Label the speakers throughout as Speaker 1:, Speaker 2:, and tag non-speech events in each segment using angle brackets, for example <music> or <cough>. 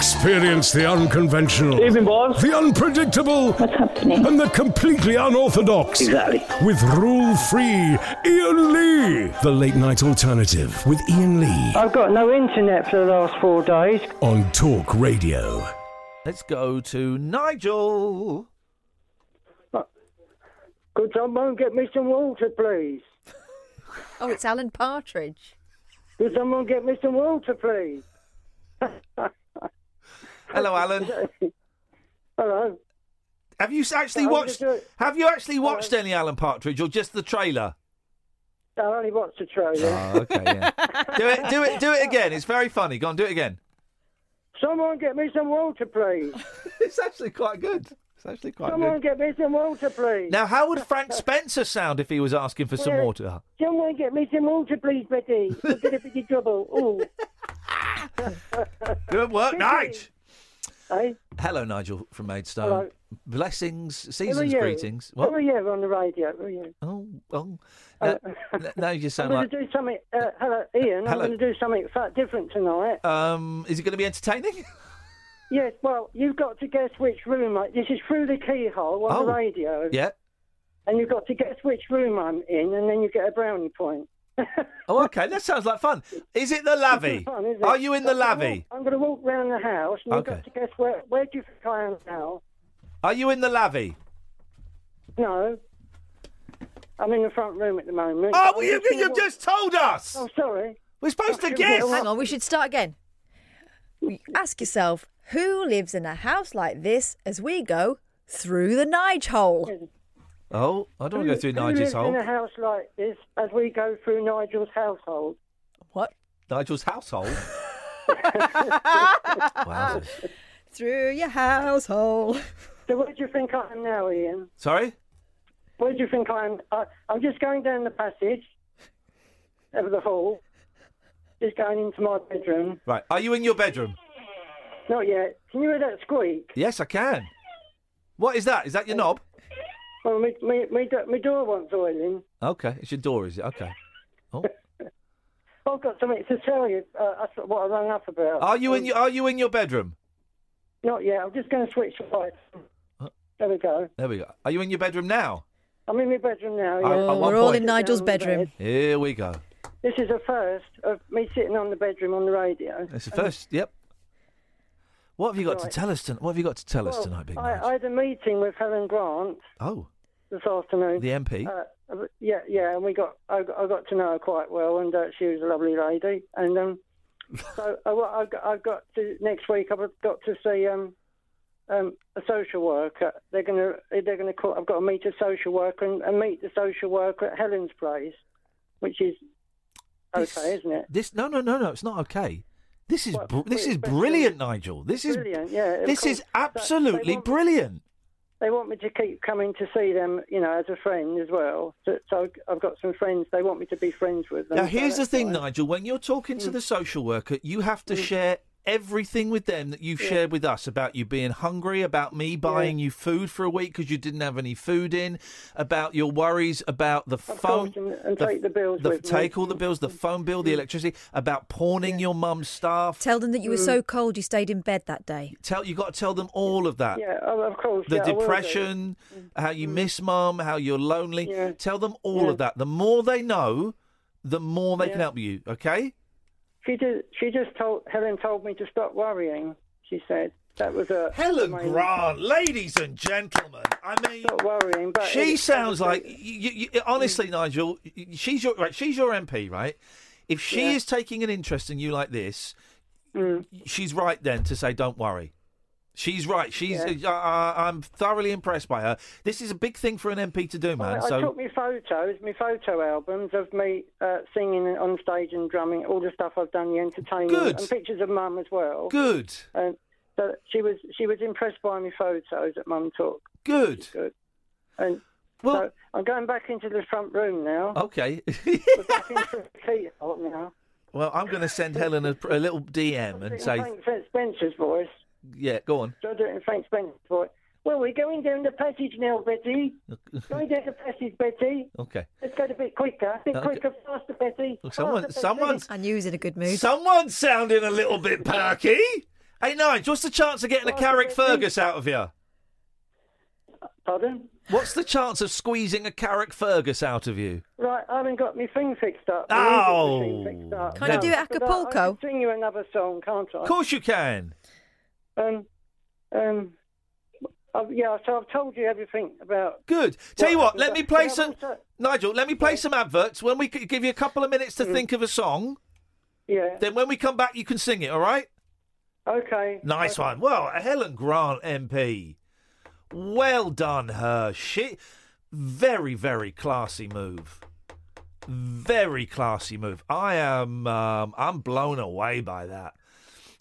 Speaker 1: Experience the unconventional,
Speaker 2: Evening, boys.
Speaker 1: the unpredictable,
Speaker 3: What's happening?
Speaker 1: and the completely unorthodox.
Speaker 2: Exactly.
Speaker 1: With rule free Ian Lee. The late night alternative with Ian Lee
Speaker 4: I've got no internet for the last four days.
Speaker 1: on Talk Radio.
Speaker 5: Let's go to Nigel.
Speaker 4: Could someone get me some water, please?
Speaker 6: Oh, it's Alan Partridge.
Speaker 4: Could someone get me some water, please?
Speaker 5: Hello, Alan.
Speaker 4: Hello.
Speaker 5: Have you actually
Speaker 4: I'm
Speaker 5: watched?
Speaker 4: just,
Speaker 5: Have you actually watched any Alan Partridge or just the trailer?
Speaker 4: I only watched the trailer.
Speaker 5: <laughs> Oh, okay. Yeah. do it. Do it. Do it again. It's very funny. Go on. Do it again.
Speaker 4: Someone get me some water, please.
Speaker 5: <laughs> It's actually quite good. It's actually quite
Speaker 4: Someone
Speaker 5: good.
Speaker 4: get me some water, please.
Speaker 5: Now, how
Speaker 4: <laughs>
Speaker 5: would Frank Spencer sound if he was asking for some
Speaker 4: Yeah.
Speaker 5: water?
Speaker 4: Someone get me some water, please, Betty. I'm going to be in
Speaker 5: <laughs>
Speaker 4: trouble. Oh, Ooh.
Speaker 5: Good work, Nigel.
Speaker 4: Hey,
Speaker 5: Hello, Nigel from Maidstone.
Speaker 4: Hello.
Speaker 5: Blessings,
Speaker 4: who are
Speaker 5: seasons,
Speaker 4: you?
Speaker 5: greetings.
Speaker 4: Who are you on the radio? Who are you?
Speaker 5: Oh, oh. Now, now
Speaker 4: <laughs>
Speaker 5: you
Speaker 4: I'm
Speaker 5: sound
Speaker 4: going
Speaker 5: like.
Speaker 4: to do something. Uh, hello, Ian. I'm
Speaker 5: Hello.
Speaker 4: going to do something fat different tonight.
Speaker 5: Um, is it going to be
Speaker 4: <laughs>
Speaker 5: entertaining?
Speaker 4: Yes, well, you've got to guess which room. I, this is through the keyhole on the
Speaker 5: Oh.
Speaker 4: radio,
Speaker 5: yeah.
Speaker 4: and you've got to guess which room I'm in, and then you get a brownie point. <laughs>
Speaker 5: Oh, okay. That sounds like fun. Is it the lavvy?
Speaker 4: Fun, isn't it?
Speaker 5: Are you in the
Speaker 4: I'm gonna walk-
Speaker 5: lavvy?
Speaker 4: I'm going to walk round the house, and
Speaker 5: Okay.
Speaker 4: you've got to guess where. Where do you think I am now?
Speaker 5: Are you in the lavvy?
Speaker 4: No, I'm in the front room at the moment.
Speaker 5: Oh,
Speaker 4: I'm
Speaker 5: well, you,
Speaker 4: gonna
Speaker 5: you've
Speaker 4: walk-
Speaker 5: just told us.
Speaker 4: Oh, sorry.
Speaker 5: We're supposed to
Speaker 4: Fucking
Speaker 5: guess.
Speaker 4: hell.
Speaker 6: Hang on, we should start again. Ask yourself who lives in a house like this as we go through the Nige hole.
Speaker 5: Oh, I don't want to go through
Speaker 4: Who lives
Speaker 5: Nigel's hole.
Speaker 4: in a house like this as we go through Nigel's household?
Speaker 6: What?
Speaker 4: <laughs>
Speaker 5: Nigel's household. Wowzers.
Speaker 6: Through your household.
Speaker 4: So, where do you think I am now, Ian?
Speaker 5: Sorry.
Speaker 4: Where do you think I'm? I, I'm just going down the passage of the hall, just going into my bedroom.
Speaker 5: Right. Are you in your bedroom?
Speaker 4: Not yet. Can you hear that squeak?
Speaker 5: Yes, I can. What is that? Is that your knob?
Speaker 4: Well, my me, me, do- me door wants oiling.
Speaker 5: Okay, it's your door, is it? Okay. Oh.
Speaker 4: I've got something to tell you. Uh, that's what I rang up about.
Speaker 5: Are you in your Are you in your bedroom?
Speaker 4: Not yet. I'm just going to switch the lights. There we go.
Speaker 5: There we go. Are you in your bedroom now?
Speaker 4: I'm in my bedroom now.
Speaker 5: I-
Speaker 4: Yeah.
Speaker 5: I-
Speaker 6: Oh,
Speaker 5: one
Speaker 6: we're all
Speaker 5: point.
Speaker 6: in Nigel's
Speaker 4: Down the bed.
Speaker 6: bedroom.
Speaker 5: Here we go.
Speaker 4: This is a first of me sitting on the bedroom on the radio.
Speaker 5: That's the first. Yep. What have you got
Speaker 4: Right.
Speaker 5: to tell us tonight? What have you got to tell us
Speaker 4: Well,
Speaker 5: tonight, Big
Speaker 4: I,
Speaker 5: Nige?
Speaker 4: I had a meeting with Helen Grant
Speaker 5: Oh,
Speaker 4: this afternoon.
Speaker 5: the MP.
Speaker 4: Uh, yeah, yeah, and we got I, got I got to know her quite well, and uh, she was a lovely lady. And
Speaker 5: <laughs>
Speaker 4: um, so I, well, I, got- I got to next week. I've got to see um, um, a social worker. They're gonna they're gonna call. I've got to meet a social worker and, and meet the social worker at Helen's place, which is okay,
Speaker 5: This-
Speaker 4: isn't it?
Speaker 5: This no, no, no, no. It's not okay. This is
Speaker 4: Well,
Speaker 5: br- this
Speaker 4: wait,
Speaker 5: is
Speaker 4: but-
Speaker 5: brilliant, Nigel. This is
Speaker 4: Brilliant, yeah. of
Speaker 5: this
Speaker 4: course.
Speaker 5: is
Speaker 4: But they
Speaker 5: absolutely
Speaker 4: want-
Speaker 5: brilliant.
Speaker 4: They want me to keep coming to see them, you know, as a friend as well. So, so I've got some friends. They want me to be friends with them.
Speaker 5: Now
Speaker 4: so
Speaker 5: here's the
Speaker 4: that's
Speaker 5: thing,
Speaker 4: nice.
Speaker 5: Nigel. When you're talking
Speaker 4: Mm.
Speaker 5: to the social worker, you have to share everything with them that you've shared with us about you being hungry, about me buying you food for a week because you didn't have any food in, about your worries about the
Speaker 4: Of
Speaker 5: phone,
Speaker 4: course, and- and take the bills with me. Mm.
Speaker 5: take all the bills, the phone bill, the electricity, about pawning your mum's stuff.
Speaker 6: Tell them that you were so cold you stayed in bed that day.
Speaker 5: tell you got to tell them all of that.
Speaker 4: Yeah, oh, of course.
Speaker 5: the
Speaker 4: yeah, I will do. Mm.
Speaker 5: depression, how you miss mum, how you're lonely.
Speaker 4: Yeah.
Speaker 5: Tell them all
Speaker 4: Yeah.
Speaker 5: of that. The more they know, the more they can
Speaker 4: Yeah.
Speaker 5: help you. Okay?
Speaker 4: She did. She just told Helen told me to stop worrying. She said that was a
Speaker 5: Helen
Speaker 4: amazing-
Speaker 5: Grant, ladies and gentlemen. I mean,
Speaker 4: Stop worrying, but
Speaker 5: she
Speaker 4: it- Mm.
Speaker 5: sounds like you, you, honestly, Nigel. y- She's your right. She's your MP, right? If she
Speaker 4: Yeah. Mm.
Speaker 5: is taking an interest in you like this, she's right then to say, "Don't worry." She's right. She's. I, I, I'm thoroughly impressed by her. This is a big thing for an MP to do,
Speaker 4: I,
Speaker 5: man.
Speaker 4: I
Speaker 5: so
Speaker 4: took me photos, my photo albums of me uh, singing on stage and drumming, all the stuff I've done, the entertainment,
Speaker 5: Good.
Speaker 4: and pictures of Mum as well.
Speaker 5: good,
Speaker 4: And so she was she was impressed by my photos that Mum took.
Speaker 5: good.
Speaker 4: Good. And
Speaker 5: Well,
Speaker 4: so I'm going back into the front room now.
Speaker 5: okay. <laughs>
Speaker 4: We're back <laughs>
Speaker 5: Oh.
Speaker 4: into the keyhole now.
Speaker 5: well, I'm going to send Helen a, a little DM and say,
Speaker 4: Frank Spencer's voice.
Speaker 5: "Yeah, go on."
Speaker 4: So I do it in Frank Spencer's voice. Well, we're going down the passage now, Betty. Go down the passage, Betty.
Speaker 5: Okay.
Speaker 4: Let's go a bit quicker. A bit
Speaker 5: Okay.
Speaker 4: quicker, faster, Betty.
Speaker 5: Uh, Look, someone,
Speaker 4: Faster, Betty.
Speaker 5: someone's
Speaker 6: I knew he was in a good mood.
Speaker 5: Someone's sounding a little bit perky. Hey, Nige, what's the chance of getting a
Speaker 4: Well, I
Speaker 5: Carrick
Speaker 4: don't think-
Speaker 5: Fergus out of you?
Speaker 4: Pardon?
Speaker 5: What's the chance of squeezing a Carrick Fergus out of you?
Speaker 4: Right, I haven't got my thing fixed up. my
Speaker 5: Oh.
Speaker 4: music machine fixed up.
Speaker 6: Can't you do it
Speaker 4: But I- I
Speaker 6: Acapulco?
Speaker 4: can sing you another song, can't I?
Speaker 5: Of course you can.
Speaker 4: Um, um, i yeah, so I've told you everything about.
Speaker 5: Good. Tell you
Speaker 4: Well,
Speaker 5: what, let me play
Speaker 4: can I
Speaker 5: some.
Speaker 4: also-
Speaker 5: Nigel, let me play some adverts. When we c- give you a couple of minutes
Speaker 4: Mm.
Speaker 5: to think of a song,
Speaker 4: Yeah.
Speaker 5: then when we come back, you can sing it, all right?
Speaker 4: Okay.
Speaker 5: Nice
Speaker 4: okay.
Speaker 5: one. Well, Helen Grant MP. Well done, her. She very, very classy move. Very classy move. I am. Um, I'm blown away by that.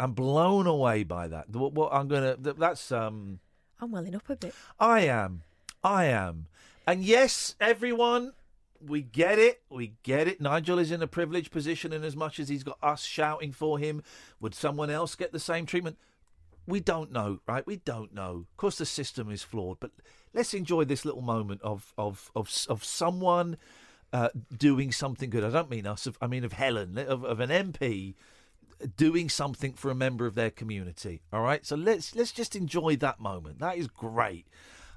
Speaker 5: I'm blown away by that. What, what I'm gonna. th- That's. Um,
Speaker 6: I'm welling up a bit.
Speaker 5: I am. I am. And yes, everyone, we get it. We get it. Nigel is in a privileged position, and as much as he's got us shouting for him, would someone else get the same treatment? We don't know, right? We don't know. Of course, the system is flawed, but let's enjoy this little moment of of of of someone uh, doing something good. I don't mean us. Of, I mean of Helen, of, of an MP doing something for a member of their community. All right, so let's let's just enjoy that moment. That is great.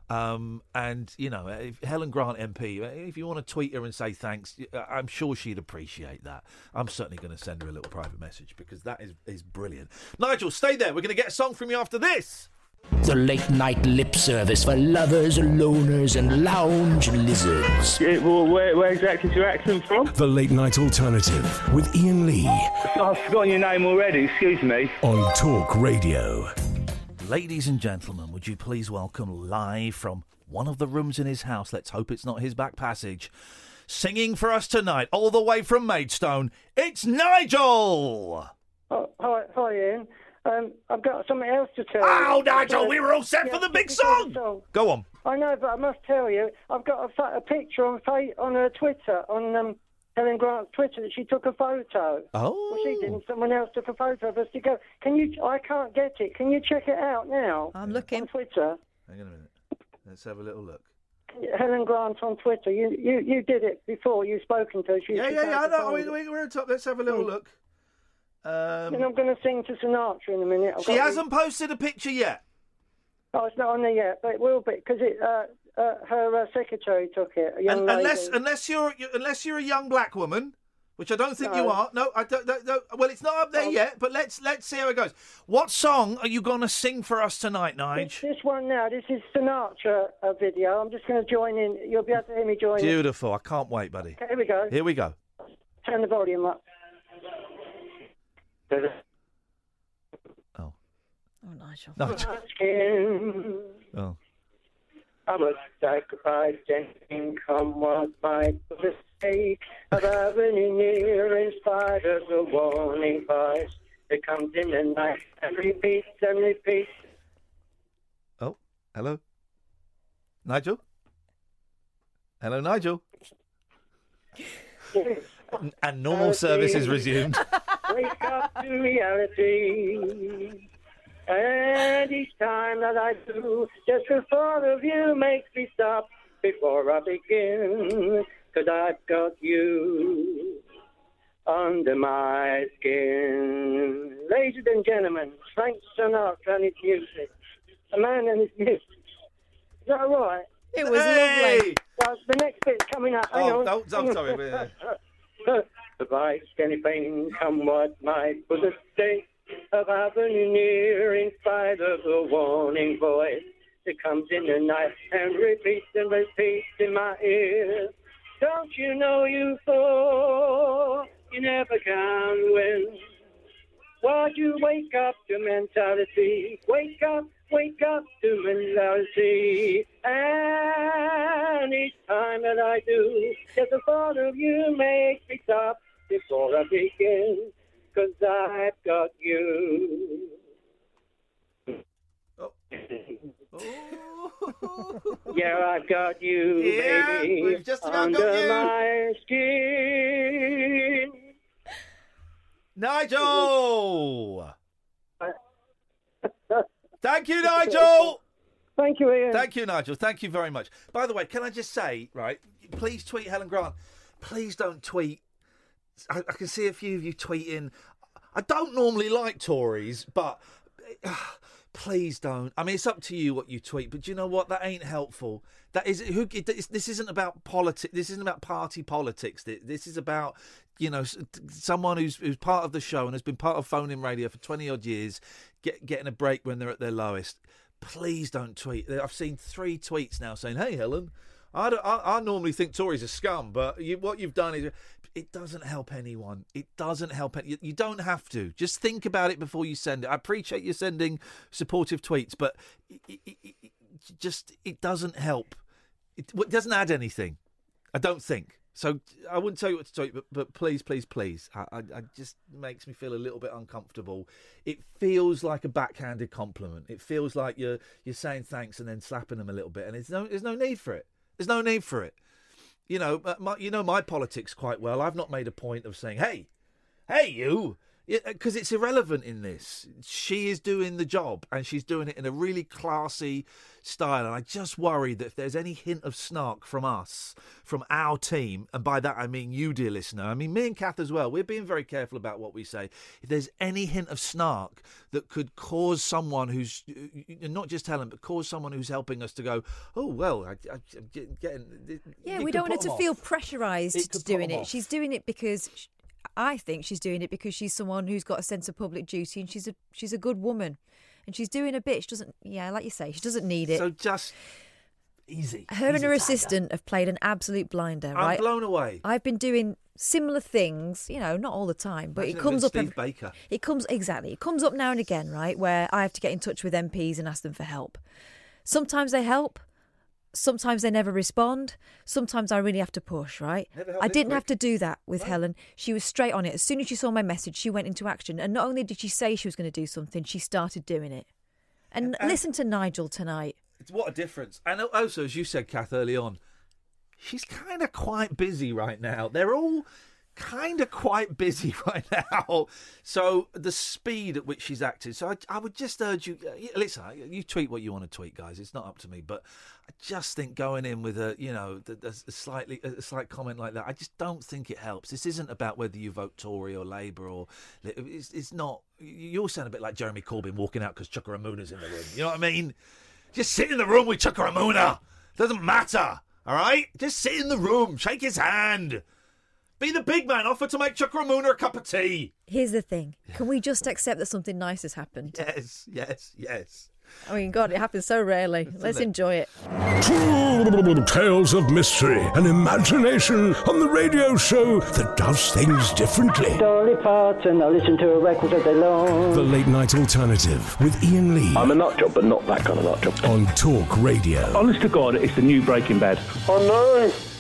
Speaker 5: Um, and you know, if Helen Grant MP, if you want to tweet her and say thanks, uh, I'm sure she'd appreciate that. I'm certainly going to send her a little private message because that is is brilliant. Nigel, stay there. We're going to get a song from you after this.
Speaker 2: The late night lip service for lovers, loners, and lounge lizards.
Speaker 3: Yeah, well, where, where exactly is your accent from?
Speaker 1: The Late Night Alternative with Ian Lee
Speaker 3: I've forgotten your name already, excuse me.
Speaker 1: on Talk Radio.
Speaker 5: Ladies and gentlemen, would you please welcome live from one of the rooms in his house? Let's hope it's not his back passage. Singing for us tonight, all the way from Maidstone, it's Nigel!
Speaker 4: Oh, hi, hi, Ian. Um, I've got something else to tell you.
Speaker 5: Oh, Nigel, we were all set
Speaker 4: Yeah,
Speaker 5: for the big
Speaker 4: before the
Speaker 5: song! Go on.
Speaker 4: I know, but I must tell you, I've got a, pho- a picture on fa- on her Twitter, on um, Helen Grant's Twitter, that she took a photo.
Speaker 5: Oh.
Speaker 4: Well, she didn't. Someone else took a photo of us to go. Can you? I can't get it. Can you check it out now
Speaker 6: I'm
Speaker 4: on
Speaker 6: looking.
Speaker 4: Twitter?
Speaker 5: Hang on a minute. Let's have a little look.
Speaker 4: Helen Grant on Twitter. You you, you did it before. You've spoken to her. She
Speaker 5: Yeah,
Speaker 4: she
Speaker 5: yeah, yeah. I
Speaker 4: found the Hmm.
Speaker 5: know. We,
Speaker 4: phone.
Speaker 5: we, we're on top. Let's have a little look.
Speaker 4: And
Speaker 5: Um,
Speaker 4: I'm going to sing to Sinatra in a minute. I've
Speaker 5: she
Speaker 4: got
Speaker 5: hasn't posted a picture yet.
Speaker 4: The, oh, it's not on there yet, but it will be because it. Uh, uh, her uh, secretary took it. A young
Speaker 5: Un-
Speaker 4: lady.
Speaker 5: unless, unless you're, you- unless you're a young black woman, which I don't think you
Speaker 4: No.
Speaker 5: are. No, I don't, don't, don't- Well, it's not up there yet. But let's let's see how it goes. What song are you gonna sing for us tonight,
Speaker 4: This,
Speaker 5: Nige?
Speaker 4: this one now, this is Sinatra uh, video. I'm just going to join in. You'll be able to hear me join in.
Speaker 5: Beautiful. I can't wait, buddy.
Speaker 4: Okay, here we go.
Speaker 5: Here we go.
Speaker 4: Turn the volume up.
Speaker 5: Oh,
Speaker 6: Oh, Nigel.
Speaker 5: Nigel.
Speaker 4: Skin.
Speaker 5: Oh.
Speaker 4: I was sacrificed and income was my mistake. But I've been in here in spite of the warning voice that comes in the night and repeats and repeats.
Speaker 5: Oh. Hello. Nigel. Hello, Nigel. And normal service is resumed.
Speaker 4: Wake up to reality. And each time that I do, just the thought of you makes me stop before I begin. Cause I've got you under my skin. Ladies and gentlemen, Frank Sinatra and his music. A man and his music. Is that all right?
Speaker 6: It was
Speaker 5: Hey!
Speaker 6: lovely.
Speaker 4: Well, the next bit's coming up. Hang
Speaker 5: Oh,
Speaker 4: on.
Speaker 5: no, I'm sorry. Wait, wait.
Speaker 4: <laughs> Device anything come what might for the sake of having near in spite of the warning voice that comes in the night and repeats and repeats in my ear. Don't you know you fall? You never can win. Why'd you wake up to mentality? Wake up, wake up to mentality. And each time that I do, just the thought of you makes me stop before I begin. Cause I've got you.
Speaker 5: Oh.
Speaker 4: Yeah, I've got you,
Speaker 5: Yeah,
Speaker 4: baby.
Speaker 5: we've just about
Speaker 4: under
Speaker 5: got you.
Speaker 4: my skin.
Speaker 5: Nigel! Thank you, Nigel!
Speaker 4: Thank you, Ian.
Speaker 5: Thank you, Nigel. Thank you very much. By the way, can I just say, right, please tweet Helen Grant. Please don't tweet. I, I can see a few of you tweeting. I don't normally like Tories, but please don't. I mean, it's up to you what you tweet, but do you know what? That ain't helpful. That is who. it- it's- This isn't about politics. This isn't about party politics. Th- This is about you know s- someone who's who's part of the show and has been part of phone in radio for twenty odd years, get, getting a break when they're at their lowest. Please don't tweet. I've seen three tweets now saying, "Hey, Helen." I, don't, I, I normally think Tories are scum, but you, what you've done is it doesn't help anyone. It doesn't help. Any, you, you don't have to. Just think about it before you send it. I appreciate you sending supportive tweets, but it, it, it, it- just it doesn't help. It, well, it doesn't add anything. I don't think. So I wouldn't tell you what to tweet, but, but please, please, please. I, I, I just makes me feel a little bit uncomfortable. It feels like a backhanded compliment. It feels like you're you're saying thanks and then slapping them a little bit, and there's no there's no need for it. There's no need for it. You know, uh, my, you know my politics quite well. I've not made a point of saying, "Hey, hey, you," because it's irrelevant in this. She is doing the job, and she's doing it in a really classy style. And I just worry that if there's any hint of snark from us, from our team, and by that I mean you, dear listener, I mean me and Kath as well. We're being very careful about what we say. If there's any hint of snark that could cause someone who's and not just Helen, but cause someone who's helping us to go, "Oh well, I, I, I'm getting." getting
Speaker 6: Yeah,
Speaker 5: you
Speaker 6: we
Speaker 5: could
Speaker 6: don't want her
Speaker 5: put 'em
Speaker 6: to
Speaker 5: off.
Speaker 6: feel pressurised
Speaker 5: It
Speaker 6: to
Speaker 5: could put 'em
Speaker 6: doing it.
Speaker 5: off.
Speaker 6: She's doing it because sh I think she's doing it because she's someone who's got a sense of public duty and she's a she's a good woman, and she's doing a bit. She doesn't. Yeah, like you say, she doesn't need it.
Speaker 5: So just easy.
Speaker 6: her and
Speaker 5: easy
Speaker 6: her
Speaker 5: tiger.
Speaker 6: assistant have played an absolute blinder,
Speaker 5: I'm
Speaker 6: right?
Speaker 5: blown away.
Speaker 6: I've been doing similar things, you know, not all the time, but it
Speaker 5: Imagine if
Speaker 6: comes
Speaker 5: was
Speaker 6: up.
Speaker 5: Steve
Speaker 6: every-
Speaker 5: Baker.
Speaker 6: It comes exactly. It comes up now and again, right? Where I have to get in touch with MPs and ask them for help. Sometimes they help. Sometimes they never respond. Sometimes I really have to push, right?
Speaker 5: Never helped
Speaker 6: I
Speaker 5: this
Speaker 6: didn't
Speaker 5: quick.
Speaker 6: have to do that with Helen. She was straight on it. As soon as she saw my message, she went into action. And not only did she say she was going to do something, she started doing it. And
Speaker 5: And-
Speaker 6: listen to Nigel tonight.
Speaker 5: It's- What a difference. And also, as you said, Kath, early on, she's kind of quite busy right now. They're all kind of quite busy <laughs> right now. So the speed at which she's acted. So I, I would just urge you, uh, y- listen, I- you tweet what you want to tweet, guys. It's not up to me. But I just think going in with a, you know, th- there's a slightly, a slight comment like that, I just don't think it helps. This isn't about whether you vote Tory or Labour or, Li- it's, it's not, you- you all sound a bit like Jeremy Corbyn walking out because Chuck Ramuna's in the room. You know what I mean? Just sit in the room with Chuck Ramona. Doesn't matter. All right? Just sit in the room. Shake his hand. Be the big man. Offer to make Chuck Ramona a cup of tea.
Speaker 6: Here's the thing can we just accept that something nice has happened?
Speaker 5: Yes, yes, yes.
Speaker 6: I mean, God, it happens so rarely. Let's
Speaker 5: it?
Speaker 6: enjoy it.
Speaker 1: Tales of mystery and imagination on the radio show that does things differently.
Speaker 4: Dolly Parton, I listen to her records all day long.
Speaker 1: The Late Night Alternative with Ian Lee
Speaker 7: I'm a nut job, but not that kind of nut job.
Speaker 1: on Talk Radio.
Speaker 8: Honest to God, it's the new Breaking Bad.
Speaker 4: Oh no!